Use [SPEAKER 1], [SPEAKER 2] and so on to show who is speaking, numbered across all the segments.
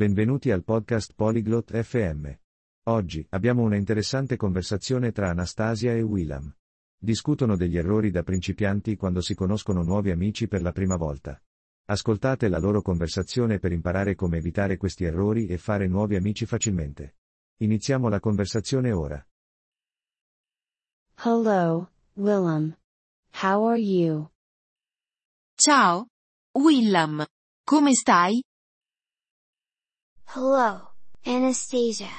[SPEAKER 1] Benvenuti al podcast Polyglot FM. Oggi abbiamo una interessante conversazione tra Anastasia e Willam. Discutono degli errori da principianti quando si conoscono nuovi amici per la prima volta. Ascoltate la loro conversazione per imparare come evitare questi errori e fare nuovi amici facilmente. Iniziamo la conversazione ora.
[SPEAKER 2] Hello, Willem. How are you?
[SPEAKER 3] Ciao. Willam. Come stai?
[SPEAKER 4] Hello, Anastasia.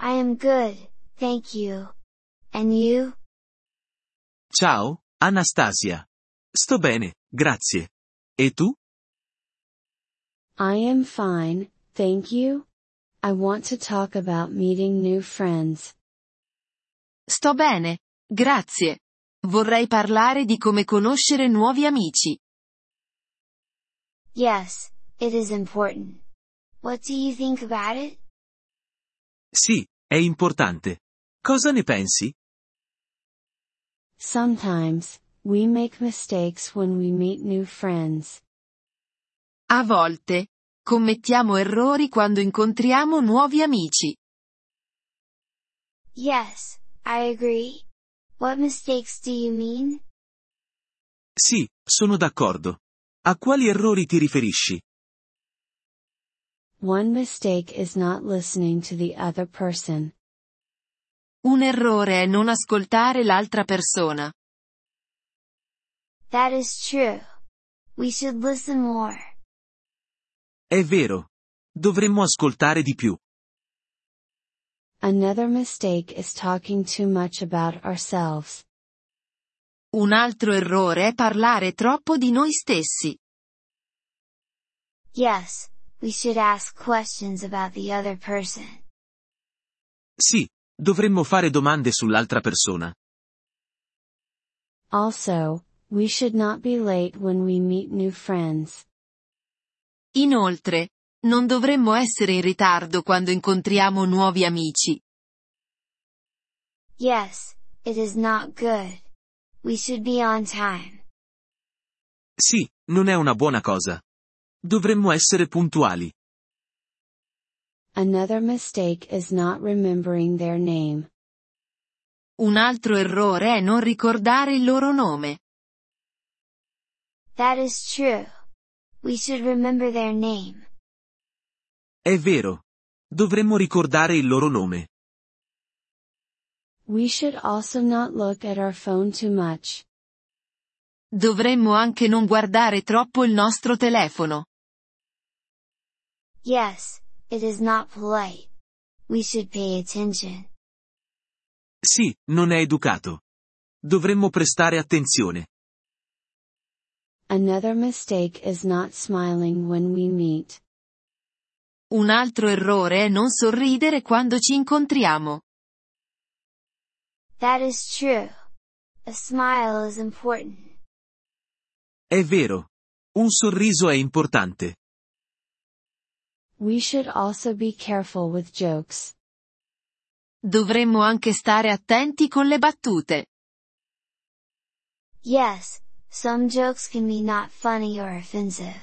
[SPEAKER 4] I am good, thank you. And you?
[SPEAKER 5] Ciao, Anastasia. Sto bene, grazie. E tu?
[SPEAKER 2] I am fine, thank you. I want to talk about meeting new friends.
[SPEAKER 3] Sto bene. Grazie. Vorrei parlare di come conoscere nuovi amici.
[SPEAKER 4] Yes, it is important. What do you think about it?
[SPEAKER 5] Sì, è importante. Cosa ne pensi?
[SPEAKER 2] Sometimes, we make mistakes when we meet new friends.
[SPEAKER 3] A volte, commettiamo errori quando incontriamo nuovi amici.
[SPEAKER 4] Yes, I agree. What mistakes do you mean?
[SPEAKER 5] Sì, sono d'accordo. A quali errori ti riferisci?
[SPEAKER 2] One mistake is not listening to the other person.
[SPEAKER 3] Un errore è non ascoltare l'altra persona.
[SPEAKER 4] That is true. We should listen more.
[SPEAKER 5] È vero. Dovremmo ascoltare di più.
[SPEAKER 2] Another mistake is talking too much about ourselves.
[SPEAKER 3] Un altro errore è parlare troppo di noi stessi.
[SPEAKER 4] Yes, we should ask questions about the other person.
[SPEAKER 5] Sì, dovremmo fare domande sull'altra persona.
[SPEAKER 2] Also, we should not be late when we meet new friends.
[SPEAKER 3] Inoltre, non dovremmo essere in ritardo quando incontriamo nuovi amici.
[SPEAKER 4] Yes, it is not good. We should be on time.
[SPEAKER 5] Sì, non è una buona cosa. Dovremmo essere puntuali.
[SPEAKER 2] Another mistake is not remembering their name.
[SPEAKER 3] Un altro errore è non ricordare il loro nome.
[SPEAKER 4] That is true. We should remember their name.
[SPEAKER 5] È vero. Dovremmo ricordare il loro nome.
[SPEAKER 2] We should also not look at our phone too much.
[SPEAKER 3] Dovremmo anche non guardare troppo il nostro telefono.
[SPEAKER 4] Yes, it is not polite. We should pay attention.
[SPEAKER 5] Sì, non è educato. Dovremmo prestare attenzione.
[SPEAKER 2] Another mistake is not smiling when we meet.
[SPEAKER 3] Un altro errore è non sorridere quando ci incontriamo.
[SPEAKER 4] That is true. A smile is important.
[SPEAKER 5] È vero. Un sorriso è importante.
[SPEAKER 2] We should also be careful with jokes.
[SPEAKER 3] Dovremmo anche stare attenti con le battute.
[SPEAKER 4] Yes, some jokes can be not funny or offensive.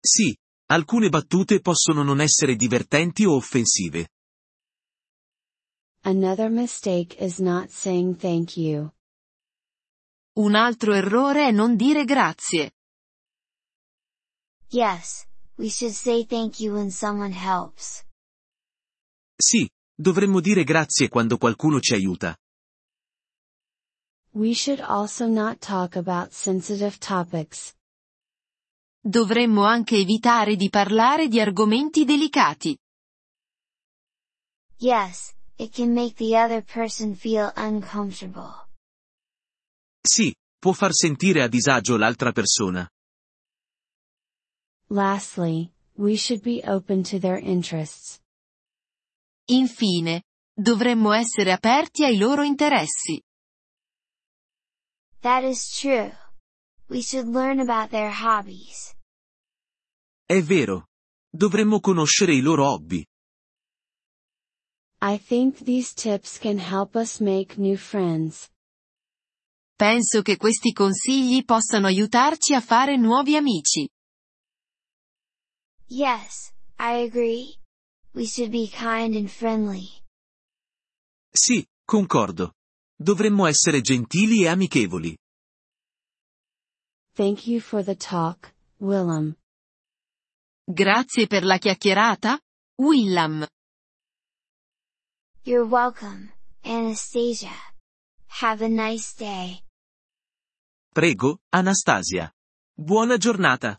[SPEAKER 5] Sì, alcune battute possono non essere divertenti o offensive.
[SPEAKER 2] Another mistake is not saying thank you.
[SPEAKER 3] Un altro errore è non dire grazie.
[SPEAKER 4] Yes, we should say thank you when someone helps.
[SPEAKER 5] Sì, dovremmo dire grazie quando qualcuno ci aiuta.
[SPEAKER 2] We should also not talk about sensitive topics.
[SPEAKER 3] Dovremmo anche evitare di parlare di argomenti delicati.
[SPEAKER 4] Yes, it can make the other person feel uncomfortable.
[SPEAKER 5] Sì, può far sentire a disagio l'altra persona.
[SPEAKER 2] Lastly, we should be open to their interests.
[SPEAKER 3] Infine, dovremmo essere aperti ai loro interessi.
[SPEAKER 4] That is true. We should learn about their hobbies.
[SPEAKER 5] È vero. Dovremmo conoscere i loro hobby.
[SPEAKER 2] I think these tips can help us make new friends.
[SPEAKER 3] Penso che questi consigli possano aiutarci a fare nuovi amici.
[SPEAKER 4] Yes, I agree. We should be kind and friendly.
[SPEAKER 5] Sì, concordo. Dovremmo essere gentili e amichevoli.
[SPEAKER 2] Thank you for the talk, Willem.
[SPEAKER 3] Grazie per la chiacchierata, Willam.
[SPEAKER 4] You're welcome, Anastasia. Have a nice day.
[SPEAKER 5] Prego, Anastasia. Buona giornata.